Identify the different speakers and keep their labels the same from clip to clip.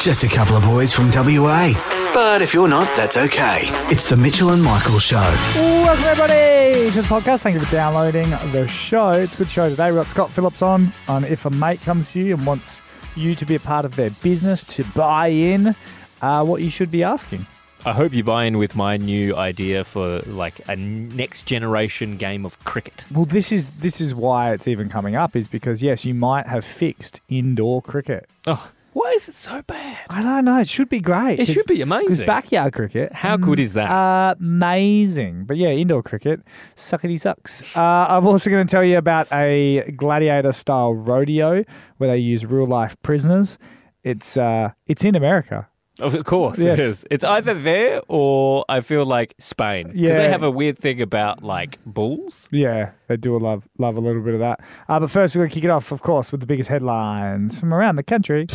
Speaker 1: Just a couple of boys from WA. But if you're not, that's okay. It's the Mitchell and Michael Show.
Speaker 2: Welcome everybody to the podcast. Thank you for downloading the show. It's a good show today. We've got Scott Phillips on on if a mate comes to you and wants you to be a part of their business to buy in, uh, what you should be asking.
Speaker 3: I hope you buy in with my new idea for like a next generation game of cricket.
Speaker 2: Well, this is this is why it's even coming up is because yes, you might have fixed indoor cricket.
Speaker 3: Oh, why is it so bad?
Speaker 2: I don't know. It should be great.
Speaker 3: It should be
Speaker 2: Because
Speaker 3: amazing.
Speaker 2: backyard cricket,
Speaker 3: How good is that?
Speaker 2: Amazing. But yeah, indoor cricket, suckety sucks. Uh, I'm also going to tell you about a gladiator style rodeo where they use real life prisoners. It's uh, it's in America.
Speaker 3: of course
Speaker 2: Yes.
Speaker 3: it is. It's either there or I feel like Spain because
Speaker 2: Yeah.
Speaker 3: they have a weird thing about like bulls.
Speaker 2: Yeah, they do love love a little bit of that. Uh, but first, we're going to kick it off, of course, with the biggest headlines from around the country.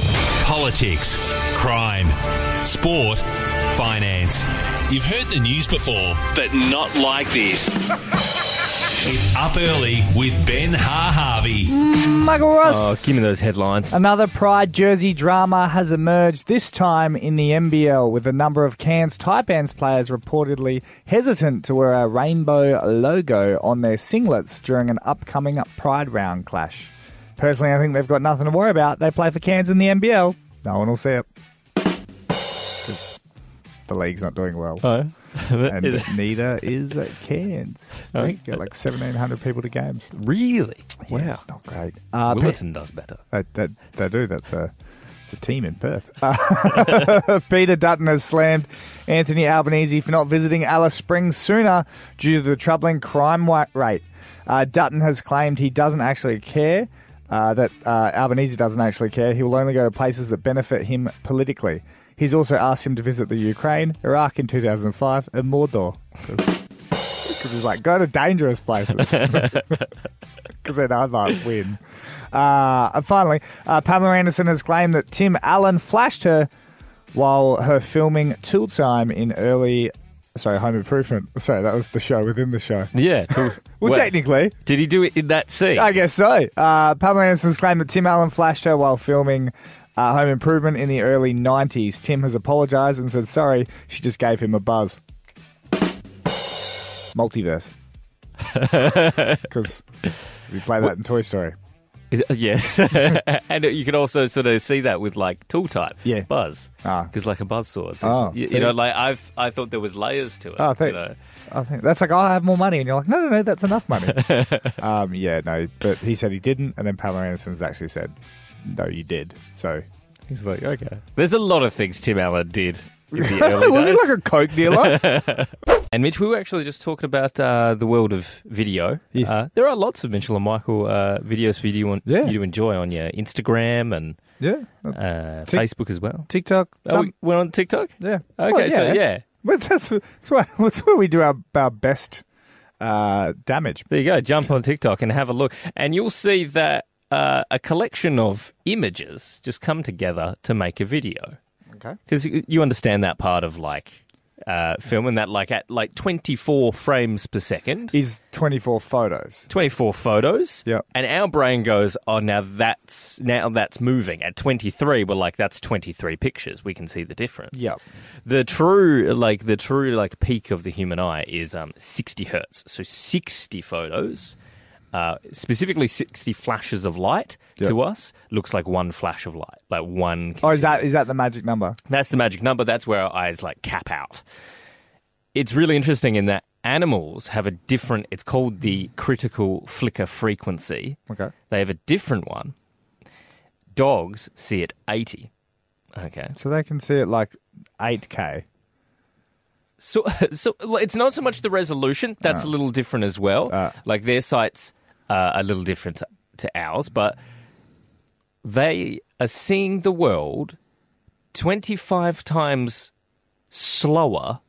Speaker 4: Politics, crime, sport, finance. You've heard the news before, but not like this. it's Up Early with Ben Ha Harvey.
Speaker 2: Michael Ross.
Speaker 3: Oh, give me those headlines.
Speaker 2: Another Pride jersey drama has emerged, this time in the NBL, with a number of Cairns Taipans players reportedly hesitant to wear a rainbow logo on their singlets during an upcoming Pride round clash. Personally, I think they've got nothing to worry about. They play for Cairns in the NBL. No one will see it. 'Cause The league's not doing well,
Speaker 3: Oh.
Speaker 2: and neither Uh, is Cairns. They get like 1,700 people to games.
Speaker 3: really?
Speaker 2: Yeah, it's not great. Uh, pe-
Speaker 3: Willerton does better.
Speaker 2: they, they, they do. That's a it's a team in Perth. Peter Dutton has slammed Anthony Albanese for not visiting Alice Springs sooner due to the troubling crime wa- rate. Uh, Dutton has claimed he doesn't actually care. Uh, that uh, Albanese doesn't actually care. He will only go to places that benefit him politically. He's also asked him to visit the Ukraine, Iraq in 2005, and Mordor. Because he's like, go to dangerous places. because then I might win. Uh, and finally, uh, Pamela Anderson has claimed that Tim Allen flashed her while her filming Tool Time in early. Sorry, Home Improvement. Sorry, that was the show within the show.
Speaker 3: Yeah.
Speaker 2: Well, technically,
Speaker 3: Did he do it in that scene?
Speaker 2: I guess so. Uh, Pamela Anderson's claimed that Tim Allen flashed her while filming uh, Home Improvement in the early 90s. Tim has apologised and said sorry, she just gave him a buzz. Multiverse. Because he played that in Toy Story.
Speaker 3: Is it- Yeah, and you can also sort of see that with like tool type,
Speaker 2: Yeah.
Speaker 3: buzz,
Speaker 2: Ah.
Speaker 3: because like a buzz sword,
Speaker 2: Oh,
Speaker 3: you,
Speaker 2: so
Speaker 3: you know,
Speaker 2: you-
Speaker 3: like I've I thought there was layers to it.
Speaker 2: Oh, thank-
Speaker 3: you know?
Speaker 2: I think that's like, oh, I have more money. And you're like, no, no, no, that's enough money. um, yeah, no. But he said he didn't. And then Pamela Anderson's actually said, no, you did. So.
Speaker 3: He's like, okay. There's a lot of things Tim Allen did in the early
Speaker 2: was
Speaker 3: days.
Speaker 2: it like a Coke dealer?
Speaker 3: and Mitch, we were actually just talking about uh, the world of video.
Speaker 2: Yes.
Speaker 3: Uh, there are lots of Mitchell and Michael uh, videos for you to,
Speaker 2: Yeah.
Speaker 3: you to enjoy on your Instagram and
Speaker 2: yeah.
Speaker 3: uh,
Speaker 2: Tik-
Speaker 3: Facebook as well.
Speaker 2: TikTok.
Speaker 3: Oh,
Speaker 2: some- Oh,
Speaker 3: we- we're on TikTok?
Speaker 2: yeah.
Speaker 3: Okay,
Speaker 2: Well,
Speaker 3: so yeah.
Speaker 2: But that's, that's, where, that's where we do our, our best uh, damage.
Speaker 3: There you go. Jump on TikTok and have a look. And you'll see that uh, a collection of images just come together to make a video.
Speaker 2: Okay.
Speaker 3: Because you understand that part of like uh, film and that like at like 24 frames per second.
Speaker 2: Is 24 photos.
Speaker 3: 24 photos.
Speaker 2: Yep.
Speaker 3: And our brain goes, oh, now that's now that's moving. At 23, we're like, that's 23 pictures. We can see the difference.
Speaker 2: Yep.
Speaker 3: The true, like the true, like peak of the human eye is um 60 hertz. So 60 photos, uh, specifically 60 flashes of light
Speaker 2: Yep.
Speaker 3: to us looks like one flash of light, like one.
Speaker 2: Or Oh, is that is that the magic number?
Speaker 3: That's the magic number. That's where our eyes like cap out. It's really interesting in that animals have a different. It's called the critical flicker frequency.
Speaker 2: Okay.
Speaker 3: They have a different one. Dogs see it eighty. Okay.
Speaker 2: So they can see it like 8K.
Speaker 3: So, so it's not so much the resolution. That's a little different as well.
Speaker 2: Ah.
Speaker 3: like their sights are a little different to, to ours, but they are seeing the world twenty-five times slower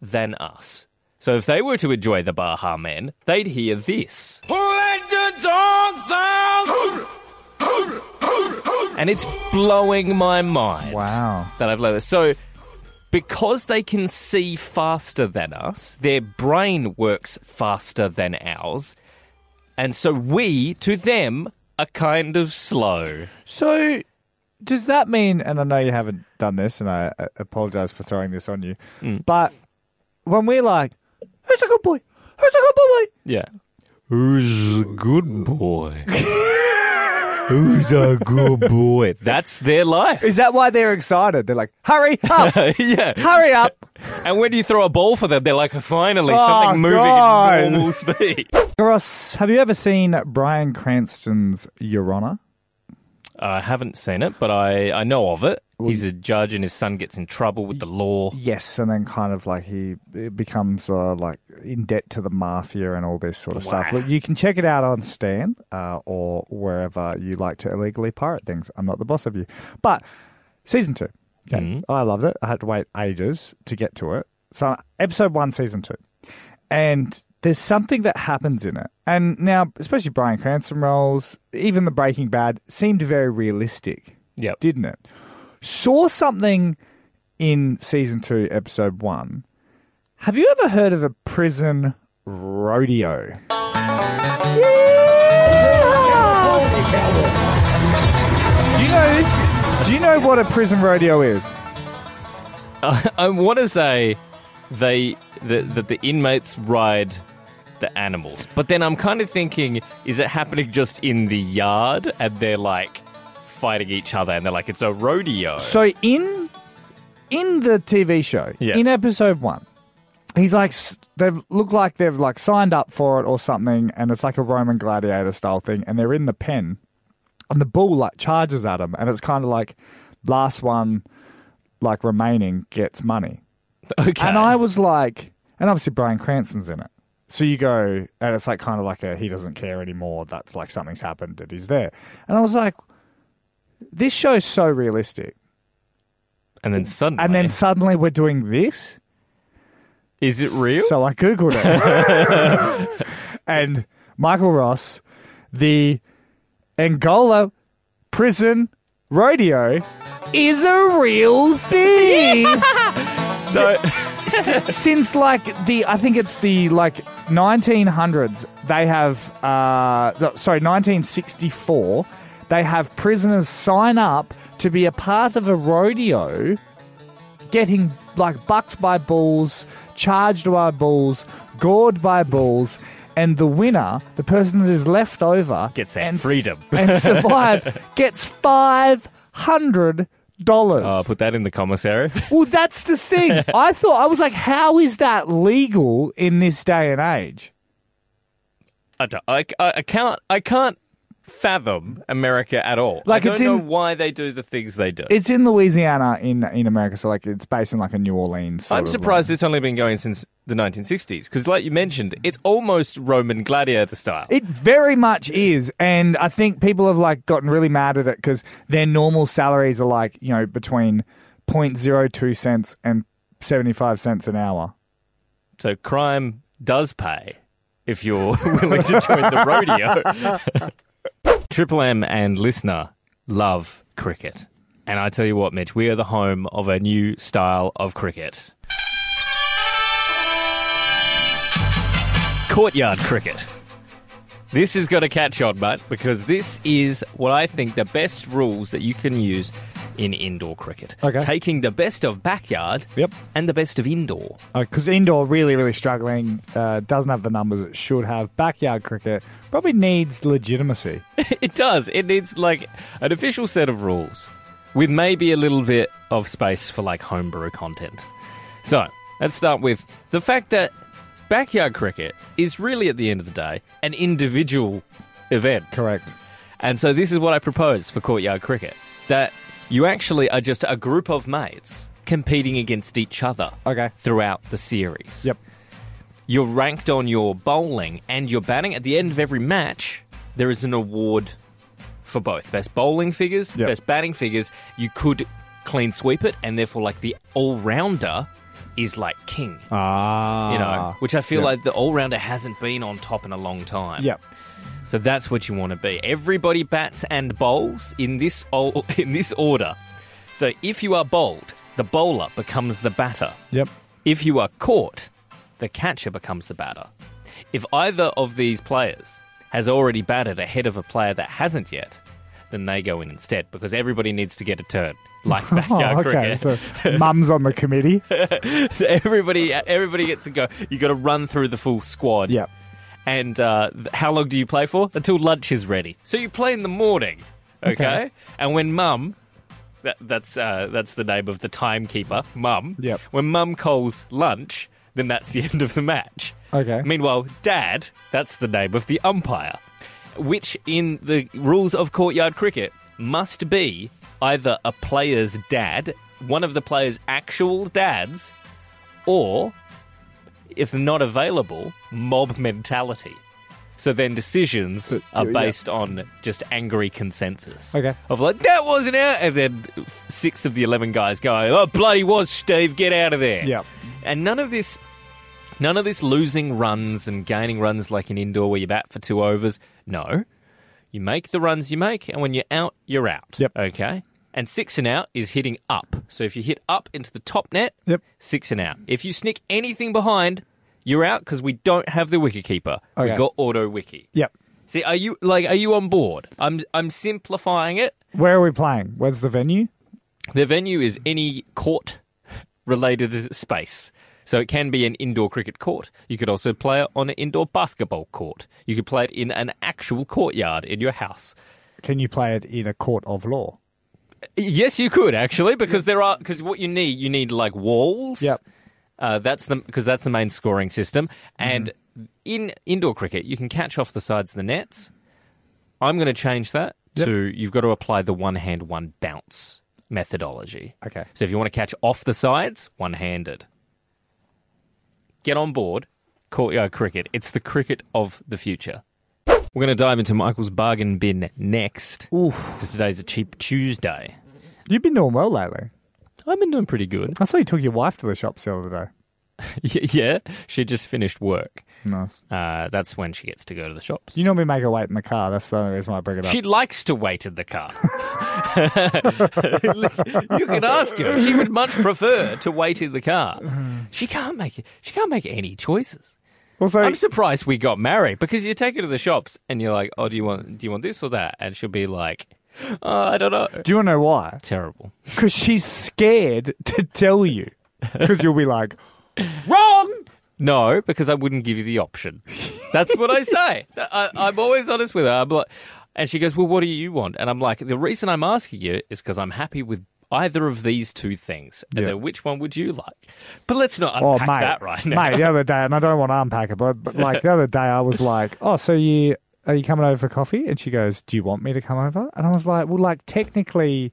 Speaker 3: than us. So if they were to enjoy the Baha Men, they'd hear this. And it's blowing my mind
Speaker 2: Wow.
Speaker 3: that I've learned. So, because they can see faster than us, their brain works faster than ours, and so we to them are kind of slow.
Speaker 2: So does that mean? And I know you haven't done this, and I uh, apologize for throwing this on you, but when we're like, "Who's a good boy? Who's a good boy?"
Speaker 3: Yeah. Who's a good boy?
Speaker 2: Who's a good boy?
Speaker 3: That's their life.
Speaker 2: Is that why they're excited? They're like, "Hurry up!
Speaker 3: yeah.
Speaker 2: Hurry up!"
Speaker 3: And when you throw a ball for them, they're like, finally, something
Speaker 2: Oh,
Speaker 3: moving
Speaker 2: God.
Speaker 3: at normal speed.
Speaker 2: Ross, have you ever seen Brian Cranston's Your Honor?
Speaker 3: I haven't seen it, but I, I know of it. He's a judge, and his son gets in trouble with the law.
Speaker 2: Yes, and then kind of like he it becomes uh, like in debt to the mafia and all this sort of stuff.
Speaker 3: Wow.
Speaker 2: Look, you can check it out on Stan uh, or wherever you like to illegally pirate things. I'm not the boss of you, but season two, okay, I loved it. I had to wait ages to get to it. So episode one, season two, and there's something that happens in it. And now, especially Brian Cranston roles, even the Breaking Bad seemed very realistic
Speaker 3: Yep.
Speaker 2: didn't it? Saw something in season two, episode one. Have you ever heard of a prison rodeo? Do you know? Do you know what a prison rodeo is?
Speaker 3: I, I want to say they that that the inmates ride the animals, but then I'm kind of thinking, is it happening just in the yard and they're like fighting each other and they're like it's a rodeo?
Speaker 2: So in in the TV show,
Speaker 3: Yeah.
Speaker 2: in episode one, he's like s- they've looked like they've like signed up for it or something, and it's like a Roman gladiator style thing, and they're in the pen, and the bull like charges at him, and it's kind of like last one like remaining gets money,
Speaker 3: okay,
Speaker 2: and I was like, and obviously Brian Cranston's in it. So you go, and it's like kind of like a he doesn't care anymore. That's like something's happened that he's there. And I was like, this show's so realistic.
Speaker 3: and then suddenly,
Speaker 2: And then suddenly we're doing this.
Speaker 3: is it real?
Speaker 2: So I googled it. and Michael Ross, the Angola prison rodeo is a real thing.
Speaker 3: So,
Speaker 2: S- Since like the I think it's the like 1900s they have uh no, sorry 1964 they have prisoners sign up to be a part of a rodeo getting like bucked by bulls, charged by bulls, gored by bulls, and the winner, the person that is left over,
Speaker 3: Gets their
Speaker 2: and,
Speaker 3: freedom.
Speaker 2: and survive, gets five hundred dollars.
Speaker 3: oh, put that in the commissary.
Speaker 2: well, that's the thing. I thought I was like, how is that legal in this day and age?
Speaker 3: I, don't- I, I I can't I can't fathom America at all.
Speaker 2: Like,
Speaker 3: I don't
Speaker 2: it's
Speaker 3: know
Speaker 2: in-
Speaker 3: why they do the things they do.
Speaker 2: It's in Louisiana in in America, so like it's based in like a New Orleans. sort
Speaker 3: I'm
Speaker 2: of,
Speaker 3: surprised it's only been going since the 1960s because, like you mentioned, it's almost Roman gladiator style.
Speaker 2: It very much is, and I think people have like gotten really mad at it because their normal salaries are like you know between 0.02 cents and 75 cents an hour.
Speaker 3: so crime does pay if you're willing to join the rodeo. Triple M and listener love cricket, and I tell you what, Mitch, we are the home of a new style of cricket. Courtyard cricket. This has got a catch on, mate, because this is what I think the best rules that you can use in indoor cricket.
Speaker 2: Okay.
Speaker 3: Taking the best of backyard
Speaker 2: Yep.
Speaker 3: and the best of indoor.
Speaker 2: Because Uh, indoor really, really struggling, uh, doesn't have the numbers it should have. Backyard cricket probably needs legitimacy.
Speaker 3: It does. It needs like an official set of rules with maybe a little bit of space for like homebrew content. So let's start with the fact that backyard cricket is really at the end of the day an individual event.
Speaker 2: Correct.
Speaker 3: And so this is what I propose for courtyard cricket that you actually are just a group of mates competing against each other
Speaker 2: Okay.
Speaker 3: throughout the series.
Speaker 2: Yep.
Speaker 3: You're ranked on your bowling and your batting. At the end of every match, there is an award for both best bowling figures,
Speaker 2: Yep.
Speaker 3: best batting figures. You could clean sweep it, and therefore, like the all rounder is like king.
Speaker 2: Ah.
Speaker 3: You know, which I feel
Speaker 2: Yep.
Speaker 3: like the all rounder hasn't been on top in a long time.
Speaker 2: Yep.
Speaker 3: So that's what you want to be. Everybody bats and bowls in this o- in this order. So if you are bowled, the bowler becomes the batter.
Speaker 2: Yep.
Speaker 3: If you are caught, the catcher becomes the batter. If either of these players has already batted ahead of a player that hasn't yet, then they go in instead because everybody needs to get a turn, like backyard
Speaker 2: Oh, okay.
Speaker 3: cricket. So-,
Speaker 2: So mum's on the committee.
Speaker 3: everybody everybody gets to go. You got to run through the full squad.
Speaker 2: Yep.
Speaker 3: And uh, th- how long do you play for? Until lunch is ready. So you play in the morning, okay?
Speaker 2: Okay.
Speaker 3: And when mum, that, that's uh, that's the name of the timekeeper, mum.
Speaker 2: Yep.
Speaker 3: When mum calls lunch, then that's the end of the match.
Speaker 2: Okay.
Speaker 3: Meanwhile, dad, that's the name of the umpire, which in the rules of courtyard cricket must be either a player's dad, one of the player's actual dads, or if not available, mob mentality. So then decisions are
Speaker 2: yeah.
Speaker 3: based on just angry consensus.
Speaker 2: Okay.
Speaker 3: Of like, that wasn't out. And then six of the 11 guys go, oh, bloody was, Steve, get out of there.
Speaker 2: Yep.
Speaker 3: And none of this. None of this losing runs and gaining runs like in indoor where you bat for two overs. No. You make the runs you make, and when you're out, you're out.
Speaker 2: Yep.
Speaker 3: Okay. And six and out is hitting up. So if you hit up into the top net,
Speaker 2: Yep.
Speaker 3: six and out. If you sneak anything behind, you're out because we don't have the wicket keeper.
Speaker 2: Okay.
Speaker 3: We've got auto wiki.
Speaker 2: Yep.
Speaker 3: See, are you like are you on board? I'm I'm simplifying it.
Speaker 2: Where are we playing? Where's the venue?
Speaker 3: The venue is any court related space. So it can be an indoor cricket court. You could also play it on an indoor basketball court. You could play it in an actual courtyard in your house.
Speaker 2: Can you play it in a court of law?
Speaker 3: Yes, you could actually, because there are because what you need you need like walls.
Speaker 2: Yep.
Speaker 3: Uh, that's the because that's the main scoring system, and in indoor cricket you can catch off the sides of the nets. I'm going to change that
Speaker 2: Yep.
Speaker 3: to you've got to apply the one hand one bounce methodology.
Speaker 2: Okay.
Speaker 3: So if you want to catch off the sides, one handed. Get on board, courtyard cricket. It's the cricket of the future. We're going to dive into Michael's bargain bin next.
Speaker 2: Oof.
Speaker 3: Because today's a cheap Tuesday.
Speaker 2: You've been doing well lately.
Speaker 3: I've been doing pretty good.
Speaker 2: I saw you took your wife to the shops the other day.
Speaker 3: Y- yeah, she just finished work.
Speaker 2: Nice.
Speaker 3: Uh, that's when she gets to go to the shops.
Speaker 2: You normally make her wait in the car. That's the only reason why I bring it up.
Speaker 3: She likes to wait in the car. you could ask her. She would much prefer to wait in the car. She can't make she can't make any choices.
Speaker 2: also,
Speaker 3: I'm surprised we got married because you take her to the shops and you're like, "Oh, do you want do you want this or that?" And she'll be like, oh, "I don't know."
Speaker 2: do you want to know why?
Speaker 3: Terrible.
Speaker 2: Because she's scared to tell you. Because you'll be like, wrong.
Speaker 3: No, because I wouldn't give you the option. That's what I say. I, I'm always honest with her. I'm like, and she goes, "Well, what do you want?" And I'm like, "The reason I'm asking you is because I'm happy with either of these two things. And
Speaker 2: Yeah.
Speaker 3: then which one would you like?" But let's not
Speaker 2: Oh,
Speaker 3: unpack
Speaker 2: mate,
Speaker 3: that right now.
Speaker 2: mate. The other day, and I don't want to unpack it, but, but like the other day, I was like, "Oh, so you are you coming over for coffee?" And she goes, "Do you want me to come over?" And I was like, "Well, like technically,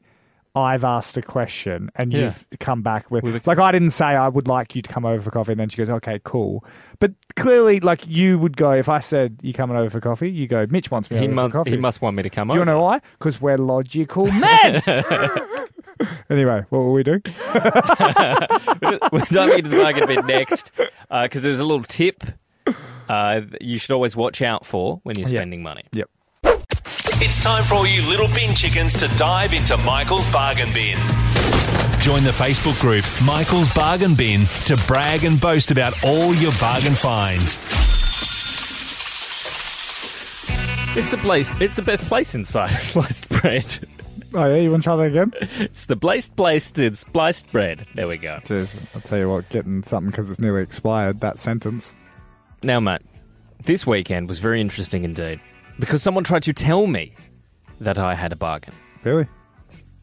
Speaker 2: I've asked a question, and
Speaker 3: Yeah.
Speaker 2: you've come back with, like I didn't say I would like you to come over for coffee." And then she goes, "Okay, cool," but clearly, like you would go if I said you coming over for coffee, you go, "Mitch wants me
Speaker 3: He
Speaker 2: over for
Speaker 3: must,
Speaker 2: coffee."
Speaker 3: he must want me to come
Speaker 2: Do you
Speaker 3: over.
Speaker 2: know why? Because we're logical men. anyway, what will we do?
Speaker 3: We're diving into the bargain bin next because there's a little tip uh, that you should always watch out for when you're
Speaker 2: Yeah.
Speaker 3: spending money.
Speaker 2: Yep.
Speaker 4: It's time for all you little bin chickens to dive into Michael's bargain bin. Join the Facebook group Michael's Bargain Bin to brag and boast about all your bargain finds.
Speaker 3: It's the place. It's the best place inside sliced bread.
Speaker 2: Oh yeah, you want to try that again?
Speaker 3: It's the blazed placed in spliced bread. There we go.
Speaker 2: Cheers. I'll tell you what, getting something because it's nearly expired, that sentence.
Speaker 3: Now, Matt, this weekend was very interesting indeed because someone tried to tell me that I had a bargain.
Speaker 2: Really?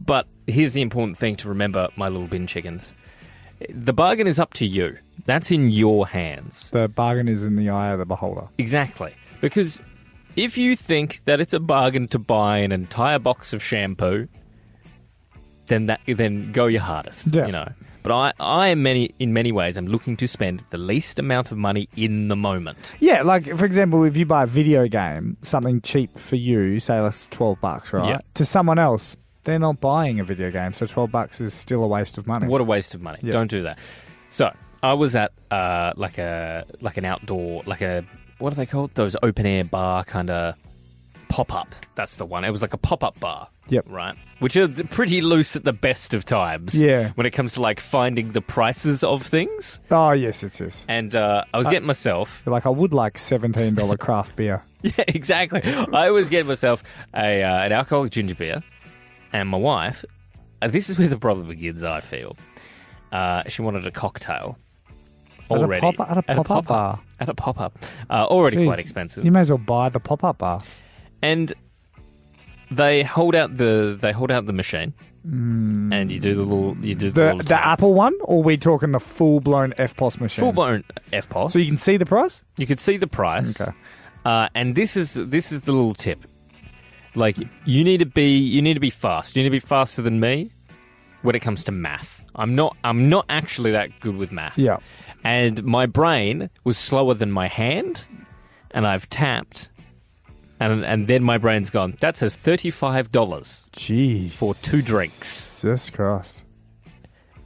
Speaker 3: But here's the important thing to remember, my little bin chickens. The bargain is up to you. That's in your hands.
Speaker 2: The bargain is in the eye of the beholder.
Speaker 3: Exactly. Because if you think that it's a bargain to buy an entire box of shampoo, then that then go your hardest.
Speaker 2: Yeah.
Speaker 3: You know. But I, I am many in many ways I'm looking to spend the least amount of money in the moment.
Speaker 2: Yeah, like for example, if you buy a video game, something cheap for you, say that's twelve bucks, right?
Speaker 3: Yeah.
Speaker 2: To someone else, they're not buying a video game, so twelve bucks is still a waste of money.
Speaker 3: What a waste of money.
Speaker 2: Yeah.
Speaker 3: Don't do that. So I was at uh, like a like an outdoor like a what are they called? Those open air bar kind of pop up. That's the one. It was like a pop up bar.
Speaker 2: Yep.
Speaker 3: right? Which are pretty loose at the best of times.
Speaker 2: Yeah.
Speaker 3: When it comes to like finding the prices of things.
Speaker 2: Oh, yes, yes, yes.
Speaker 3: And uh, I was getting myself.
Speaker 2: You're like, I would like $17 craft beer.
Speaker 3: Yeah, exactly. I was getting myself a uh, an alcoholic ginger beer, and my wife. Uh, this is where the problem begins. I feel. Uh, she wanted a cocktail.
Speaker 2: At a
Speaker 3: Already
Speaker 2: pop- at a pop-up bar.
Speaker 3: At a pop up. Uh, already
Speaker 2: Jeez,
Speaker 3: quite expensive.
Speaker 2: You may as well buy the pop up bar.
Speaker 3: and they hold out the they hold out the machine, and you do the little you do the,
Speaker 2: Mm. The,
Speaker 3: little
Speaker 2: the Apple one, or we talking the full blown F POS machine?
Speaker 3: full blown F pos.
Speaker 2: So you can see the price?
Speaker 3: You could see the price.
Speaker 2: Okay.
Speaker 3: Uh, and this is this is the little tip. Like you need to be you need to be fast. You need to be faster than me when it comes to math. I'm not I'm not actually that good with math.
Speaker 2: Yeah.
Speaker 3: And my brain was slower than my hand and I've tapped and and then my brain's gone. That says $35
Speaker 2: Jeez.
Speaker 3: for two drinks.
Speaker 2: Jesus Christ.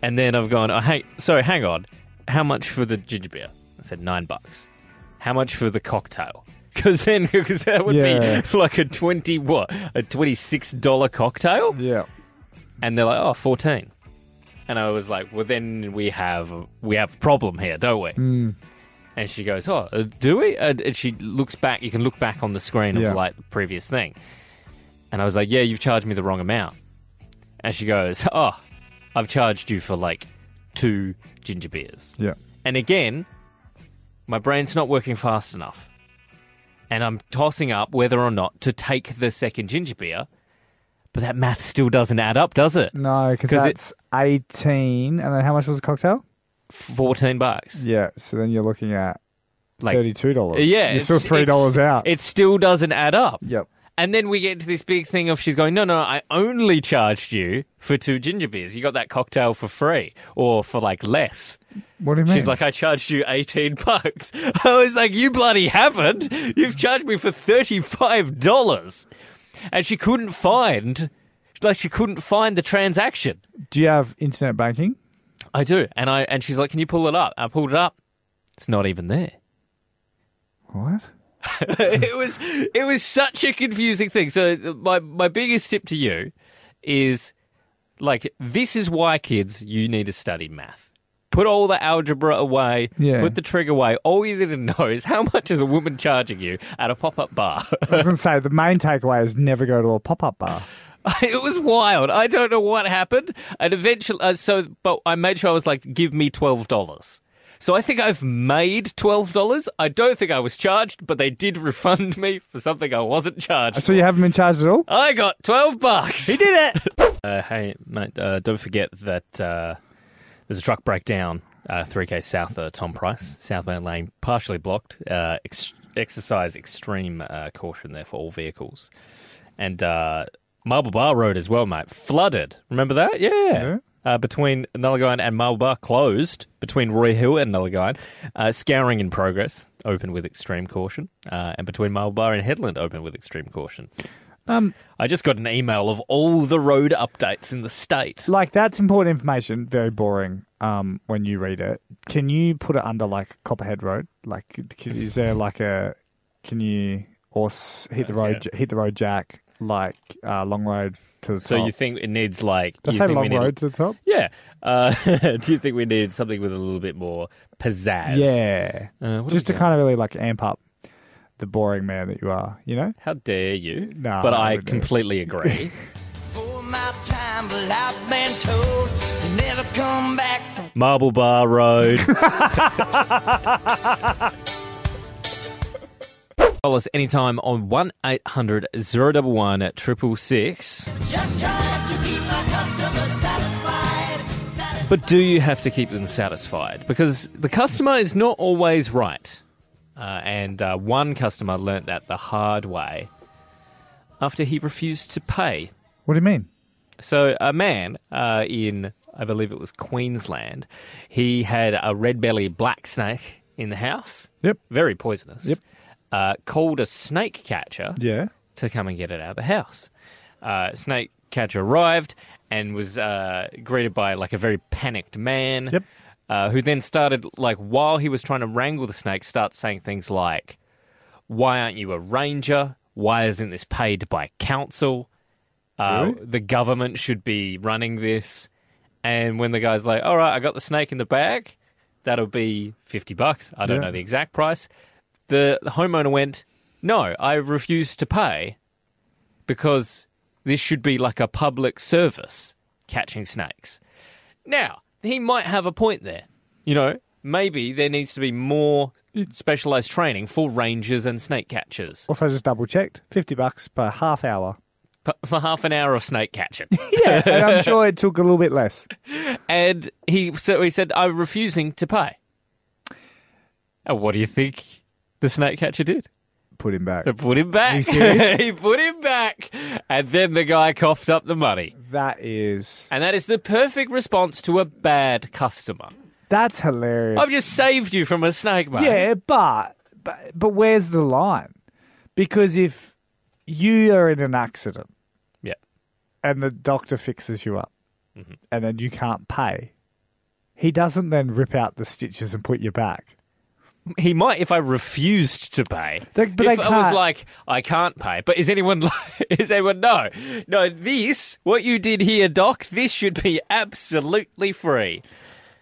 Speaker 3: And then I've gone, oh, hey, sorry, hang on. How much for the ginger beer? I said nine bucks. How much for the cocktail? Because then, because that would
Speaker 2: Yeah.
Speaker 3: be like a twenty what a twenty six dollar cocktail,
Speaker 2: Yeah.
Speaker 3: and they're like, oh, 14. And I was like, well, then we have we have a problem here, don't we? And she goes, oh, uh, do we? And and she looks back. You can look back on the screen
Speaker 2: Yeah.
Speaker 3: of like the previous thing. And I was like, yeah, you've charged me the wrong amount. And she goes, oh, I've charged you for like two ginger beers.
Speaker 2: Yeah.
Speaker 3: And again, my brain's not working fast enough. And I'm tossing up whether or not to take the second ginger beer. But that math still doesn't add up, does it?
Speaker 2: No, because
Speaker 3: 'Cause
Speaker 2: that's 18. And then how much was the cocktail?
Speaker 3: 14 bucks.
Speaker 2: Yeah. So then you're looking at
Speaker 3: Like
Speaker 2: $32.
Speaker 3: Yeah.
Speaker 2: You're still
Speaker 3: it's-
Speaker 2: $3
Speaker 3: it's-
Speaker 2: out.
Speaker 3: It still doesn't add up.
Speaker 2: yep.
Speaker 3: And then we get to this big thing of she's going, "No, no, I only charged you for two ginger beers. You got that cocktail for free or for like less."
Speaker 2: What do you mean?
Speaker 3: She's like, I charged you 18 bucks. I was like, you bloody haven't. You've charged me for $35. And she couldn't find, like, she couldn't find the transaction.
Speaker 2: do you have internet banking?
Speaker 3: I do. And I, and she's like, can you pull it up? I pulled it up. It's not even there.
Speaker 2: What?
Speaker 3: it was, it was such a confusing thing. So my, my biggest tip to you is like, this is why kids, you need to study math. Put all the algebra away.
Speaker 2: Yeah.
Speaker 3: Put the trig away. All you need to know is how much is a woman charging you at a pop-up bar.
Speaker 2: I was going to say, the main takeaway is never go to a pop up bar.
Speaker 3: it was wild. I don't know what happened. And eventually, uh, so but I made sure I was like, give me twelve dollars. So I think I've made twelve dollars. I don't think I was charged, but they did refund me for something I wasn't charged.
Speaker 2: So you haven't been charged at all?
Speaker 3: I got twelve bucks.
Speaker 2: He did it!
Speaker 3: Uh, hey, mate, uh, don't forget that uh, there's a truck breakdown, uh, 3K south of Tom Price, southbound lane, partially blocked. Uh, ex- exercise extreme uh, caution there for all vehicles. And uh, Marble Bar Road as well, mate, flooded. Remember that? Yeah. Uh, between Nullagine and Marble Bar, closed. Between Roy Hill and Nullagine, uh, scouring in progress, open with extreme caution. Uh, and between Marble Bar and Headland, open with extreme caution. I just got an email of all the road updates in the state.
Speaker 2: like that's important information very boring um when you read it can you put it under like copperhead road like can- is there like a can you or s- hit the road hit the road jack like uh long road to the
Speaker 3: So
Speaker 2: top
Speaker 3: you think it needs like?
Speaker 2: Did I
Speaker 3: you
Speaker 2: say
Speaker 3: think we
Speaker 2: Oh. long
Speaker 3: need-
Speaker 2: road to the top
Speaker 3: Yeah. Uh, do you think we need something with a little bit more pizzazz?
Speaker 2: yeah
Speaker 3: Uh, what
Speaker 2: just
Speaker 3: do
Speaker 2: to
Speaker 3: we
Speaker 2: kind of really like amp up the boring man that you are you know
Speaker 3: How dare you?
Speaker 2: Nah,
Speaker 3: but
Speaker 2: I
Speaker 3: I
Speaker 2: would do it.
Speaker 3: completely agree.
Speaker 5: for my time, but I've been told to never come back from
Speaker 3: Marble Bar Road. Call us anytime on 1 800 011 666.
Speaker 5: just trying to keep my customers satisfied. satisfied.
Speaker 3: But do you have to keep them satisfied? Because the customer is not always right. Uh, and uh, one customer learnt that the hard way after he refused to pay.
Speaker 2: what do you mean
Speaker 3: So, a man uh, in, I believe it was Queensland, he had a red belly black snake in the house.
Speaker 2: Yep.
Speaker 3: Very poisonous.
Speaker 2: Yep.
Speaker 3: Uh, called a snake catcher
Speaker 2: yeah
Speaker 3: to come and get it out of the house. Uh, snake catcher arrived and was uh, greeted by like a very panicked man,
Speaker 2: Yep.
Speaker 3: uh, who then started like while he was trying to wrangle the snake, starts saying things like, "Why aren't you a ranger? Why isn't this paid by council?" Uh,
Speaker 2: Really?
Speaker 3: The government should be running this. And when the guy's like, all right, I got the snake in the bag, that'll be 50 bucks. I don't
Speaker 2: Yeah.
Speaker 3: know the exact price. The, the homeowner went, no, I refuse to pay because this should be like a public service catching snakes. Now, he might have a point there. You know, maybe there needs to be more specialized training for rangers and snake catchers
Speaker 2: Also, just double checked. Fifty bucks per half hour.
Speaker 3: p- for half an hour of snake catching.
Speaker 2: Yeah, and I'm sure it took a little bit less.
Speaker 3: and he so he said, "I'm refusing to pay." And what do you think the snake catcher did?
Speaker 2: Put him back.
Speaker 3: They put him back. he put him back, and then the guy coughed up the money.
Speaker 2: That is.
Speaker 3: And that is the perfect response to a bad customer.
Speaker 2: That's hilarious.
Speaker 3: I've just saved you from a snake, mate.
Speaker 2: Yeah, but, but but where's the line? Because if you are in an accident
Speaker 3: yeah.
Speaker 2: and the doctor fixes you up, and then you can't pay, he doesn't then rip out the stitches and put you back.
Speaker 3: He might if I refused to pay.
Speaker 2: They- but
Speaker 3: if
Speaker 2: they
Speaker 3: I was
Speaker 2: can't.
Speaker 3: like, I can't pay. But is anyone? li- Is anyone? No, no. This what you did here, Doc. This should be absolutely free.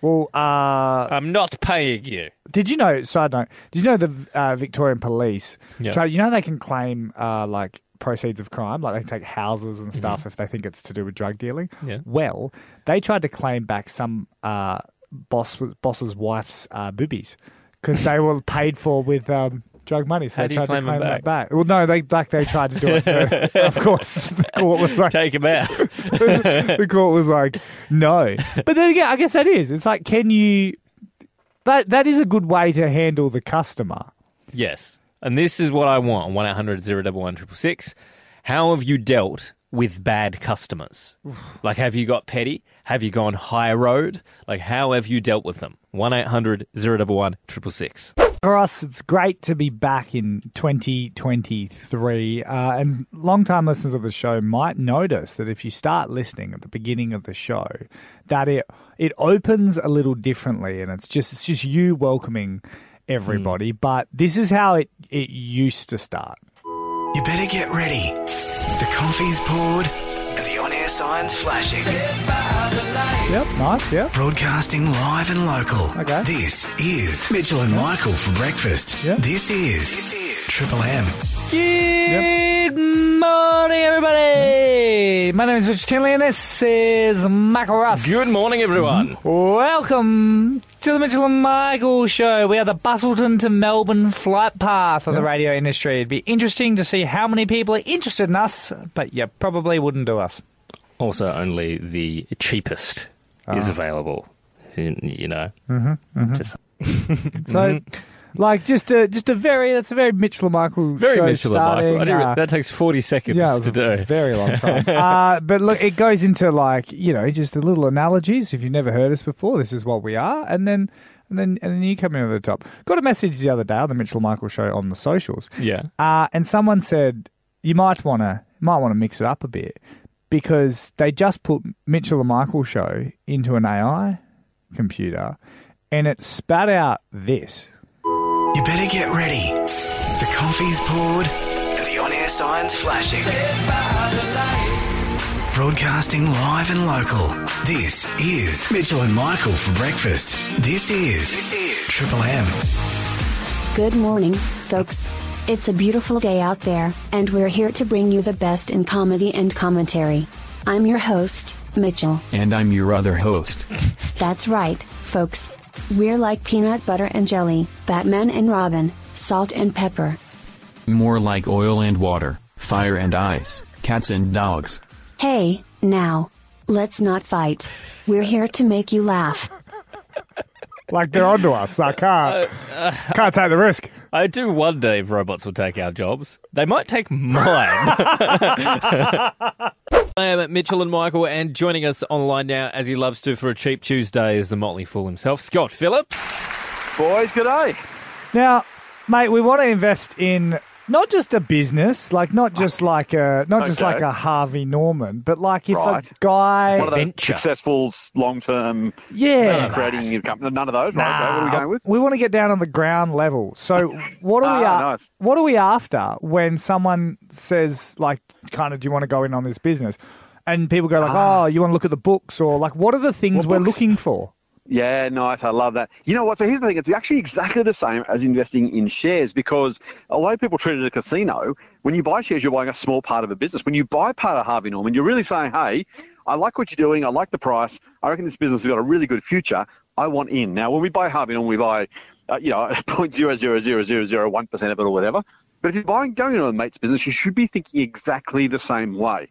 Speaker 2: Well, uh,
Speaker 3: I'm not paying you.
Speaker 2: did you know? Side note: Did you know the uh, Victorian police?
Speaker 3: Yeah.
Speaker 2: Try, you know they can claim uh, like proceeds of crime, like they take houses and stuff if they think it's to do with drug dealing.
Speaker 3: Mm-hmm. Yeah.
Speaker 2: Well, they tried to claim back some uh, boss boss's wife's uh, boobies because they were paid for with. Um, Drug money, so
Speaker 3: How
Speaker 2: they
Speaker 3: do you
Speaker 2: tried
Speaker 3: claim
Speaker 2: to
Speaker 3: 'em
Speaker 2: claim that back. Well, no, they like they tried to do it. but of course, the court was like,
Speaker 3: Take him out.
Speaker 2: the court was like, no. But then again, I guess that is. It's like, can you? That that is a good way to handle the customer.
Speaker 3: yes. And this is what I want. One 666 How have you dealt with bad customers? like, have you got petty? Have you gone high road? Like, how have you dealt with them? One 666
Speaker 2: For us, it's great to be back in 2023. Uh, and long-time listeners of the show might notice that if you start listening at the beginning of the show, that it it opens a little differently, and it's just it's just you welcoming everybody. But this is how it it used to start.
Speaker 1: You better get ready. The coffee's poured and the on air sign's flashing.
Speaker 2: Yep, nice. Yep.
Speaker 1: Broadcasting live and local.
Speaker 2: Okay.
Speaker 1: This is Mitchell and Michael for breakfast.
Speaker 2: Yeah.
Speaker 1: This is this is Triple M.
Speaker 2: Good morning, everybody. My name is Richard Tinley, and this is Michael Russ.
Speaker 3: Good morning, everyone.
Speaker 2: Welcome to the Mitchell and Michael Show. We are the Bustleton to Melbourne flight path of the radio industry. It'd be interesting to see how many people are interested in us, but you probably wouldn't do us.
Speaker 3: Also, only the cheapest is available. You you know, just
Speaker 2: So, like, just a just a very that's a very Mitchell and Michael
Speaker 3: Mm-hmm. very
Speaker 2: show
Speaker 3: Mitchell
Speaker 2: starting.
Speaker 3: and Michael. I didn't re-
Speaker 2: uh,
Speaker 3: that takes forty seconds
Speaker 2: Yeah, it was
Speaker 3: to
Speaker 2: a
Speaker 3: do.
Speaker 2: very long time. uh, but look, it goes into like you know just the little analogies. If you've never heard us before, this is what we are, and then and then and then you come in at the top. Got a message the other day on the Mitchell and Michael show on the socials,
Speaker 3: yeah.
Speaker 2: uh, and someone said you might want to might want to mix it up a bit because they just put Mitchell and Michael show into an AI computer, and it spat out this.
Speaker 1: You better get ready. The coffee's poured and the on air sign's flashing. Broadcasting live and local. This is Mitchell and Michael for breakfast. This is this is Triple M.
Speaker 6: Good morning, folks. It's a beautiful day out there, and we're here to bring you the best in comedy and commentary. I'm your host, Mitchell.
Speaker 7: And I'm your other host.
Speaker 6: That's right, folks. We're like peanut butter and jelly, Batman and Robin, salt and pepper.
Speaker 7: More like oil and water, fire and ice, cats and dogs.
Speaker 6: Hey, now. Let's not fight. We're here to make you laugh.
Speaker 2: Like they're onto us. I can't can't take the risk.
Speaker 3: I do wonder if robots will take our jobs. They might take mine. I am Mitchell and Michael, and joining us online now, as he loves to for a cheap Tuesday, is the Motley Fool himself, Scott Phillips.
Speaker 8: Boys, good day.
Speaker 2: Now, mate, we want to invest in Not just a business, like not just like a not just
Speaker 8: Okay.
Speaker 2: like a Harvey Norman, but like if
Speaker 8: Right.
Speaker 2: a guy,
Speaker 8: One of those
Speaker 3: Venture.
Speaker 8: successful, long term,
Speaker 2: yeah,
Speaker 8: creating new company. None of those, right? Okay,
Speaker 2: Nah,
Speaker 8: What are we going with?
Speaker 2: We want to get down on the ground level. So what are we
Speaker 8: Ah,
Speaker 2: a-
Speaker 8: nice.
Speaker 2: what are we after when someone says like kind of do you want to go in on this business? And people go like,
Speaker 8: Ah.
Speaker 2: "Oh, you want to look at the books or like what are the things we're looking for?"
Speaker 8: Yeah, nice. I love that. You know what? So here's the thing. It's actually exactly the same as investing in shares because although people treat it as a casino, when you buy shares, you're buying a small part of a business. When you buy part of Harvey Norman, you're really saying, hey, I like what you're doing. I like the price. I reckon this business has got a really good future. I want in. Now, when we buy Harvey Norman, we buy, uh, you know, 0.00001% of it or whatever. But if you're buying, going into a mate's business, you should be thinking exactly the same way.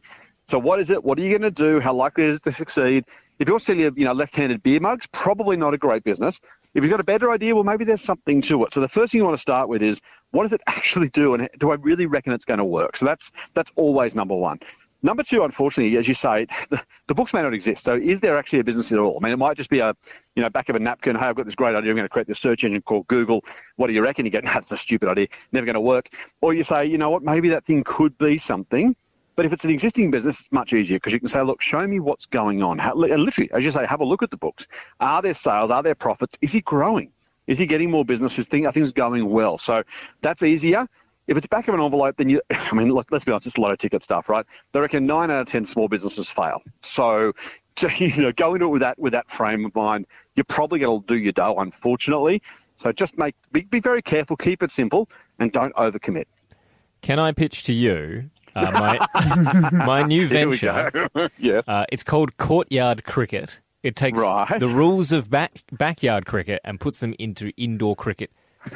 Speaker 8: So what is it? What are you going to do? How likely is it to succeed? If you're selling, you know, left-handed beer mugs, probably not a great business. If you've got a better idea, well, maybe there's something to it. So the first thing you want to start with is what does it actually do, and do I really reckon it's going to work? So that's that's always number one. Number two, unfortunately, as you say, the, the books may not exist. So is there actually a business at all? I mean, it might just be a, you know, back of a napkin. Hey, I've got this great idea. I'm going to create this search engine called Google. What do you reckon? You go, no, that's a stupid idea. Never going to work. Or you say, you know what? Maybe that thing could be something. But if it's an existing business, it's much easier because you can say, look, show me what's going on. How, li- literally, as you say, have a look at the books. Are there sales? Are there profits? Is he growing? Is he getting more business? Is thing, are things going well? So that's easier. If it's back of an envelope, then you, I mean, look, let's be honest, it's a lot of ticket stuff, right? They reckon nine out of 10 small businesses fail. So, to, you know, go into it with that, with that frame of mind. You're probably going to do your dough, unfortunately. So just make, be, be very careful, keep it simple, and don't overcommit.
Speaker 3: Can I pitch to you uh, my my new
Speaker 8: Here we
Speaker 3: venture?
Speaker 8: go. yes.
Speaker 3: Uh, it's called courtyard cricket. It takes
Speaker 8: Right.
Speaker 3: the rules of back, backyard cricket and puts them into indoor cricket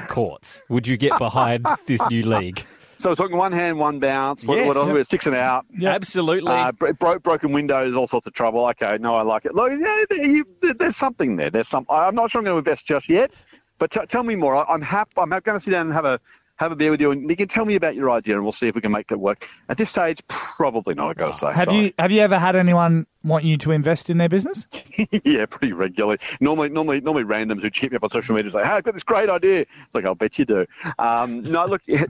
Speaker 3: courts. Would you get behind this new league?
Speaker 8: So we're talking one hand, one bounce. What,
Speaker 3: Yes.
Speaker 8: what else?
Speaker 3: Yep.
Speaker 8: Six and out.
Speaker 3: Absolutely.
Speaker 8: Uh, bro- broke broken windows, all sorts of trouble. Okay, no, I like it. Look, yeah, there- you, there- there's something there. There's some. I- I'm not sure I'm going to invest just yet, but t- tell me more. I, I'm happy. I'm going to sit down and have a have a beer with you, and you can tell me about your idea, and we'll see if we can make it work. At this stage, probably not. I got to say.
Speaker 2: Have
Speaker 8: Sorry.
Speaker 2: you have you ever had anyone want you to invest in their business?
Speaker 8: yeah, pretty regularly. Normally, normally, normally, randoms who hit me up on social media say, "Hey, I've got this great idea." It's like, "I'll bet you do." Um, no, look, yeah,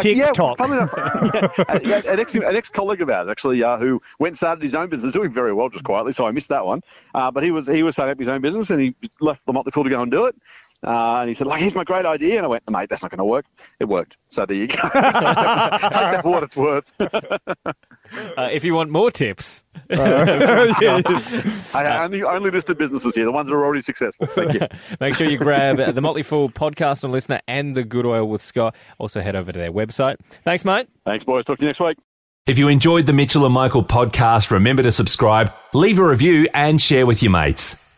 Speaker 2: TikTok.
Speaker 8: funnily enough, yeah, an- yeah, an ex an ex colleague of ours actually uh, who went and started his own business, doing very well just quietly. So I missed that one. Uh, but he was he was starting up his own business, and he left the Motley Fool to go and do it. Uh, and he said, "Like, here's my great idea," and I went, "Mate, that's not going to work." It worked. So there you go. take that for what it's worth.
Speaker 3: Uh, if you want more tips,
Speaker 8: I only only listed businesses here, the ones that are already successful. Thank you.
Speaker 3: make sure you grab uh, the Motley Fool podcast and listener and the Good Oil with Scott. Also, head over to their website. Thanks, mate.
Speaker 8: Thanks, boys. Talk to you next week.
Speaker 4: If you enjoyed the Mitchell and Michael podcast, remember to subscribe, leave a review, and share with your mates.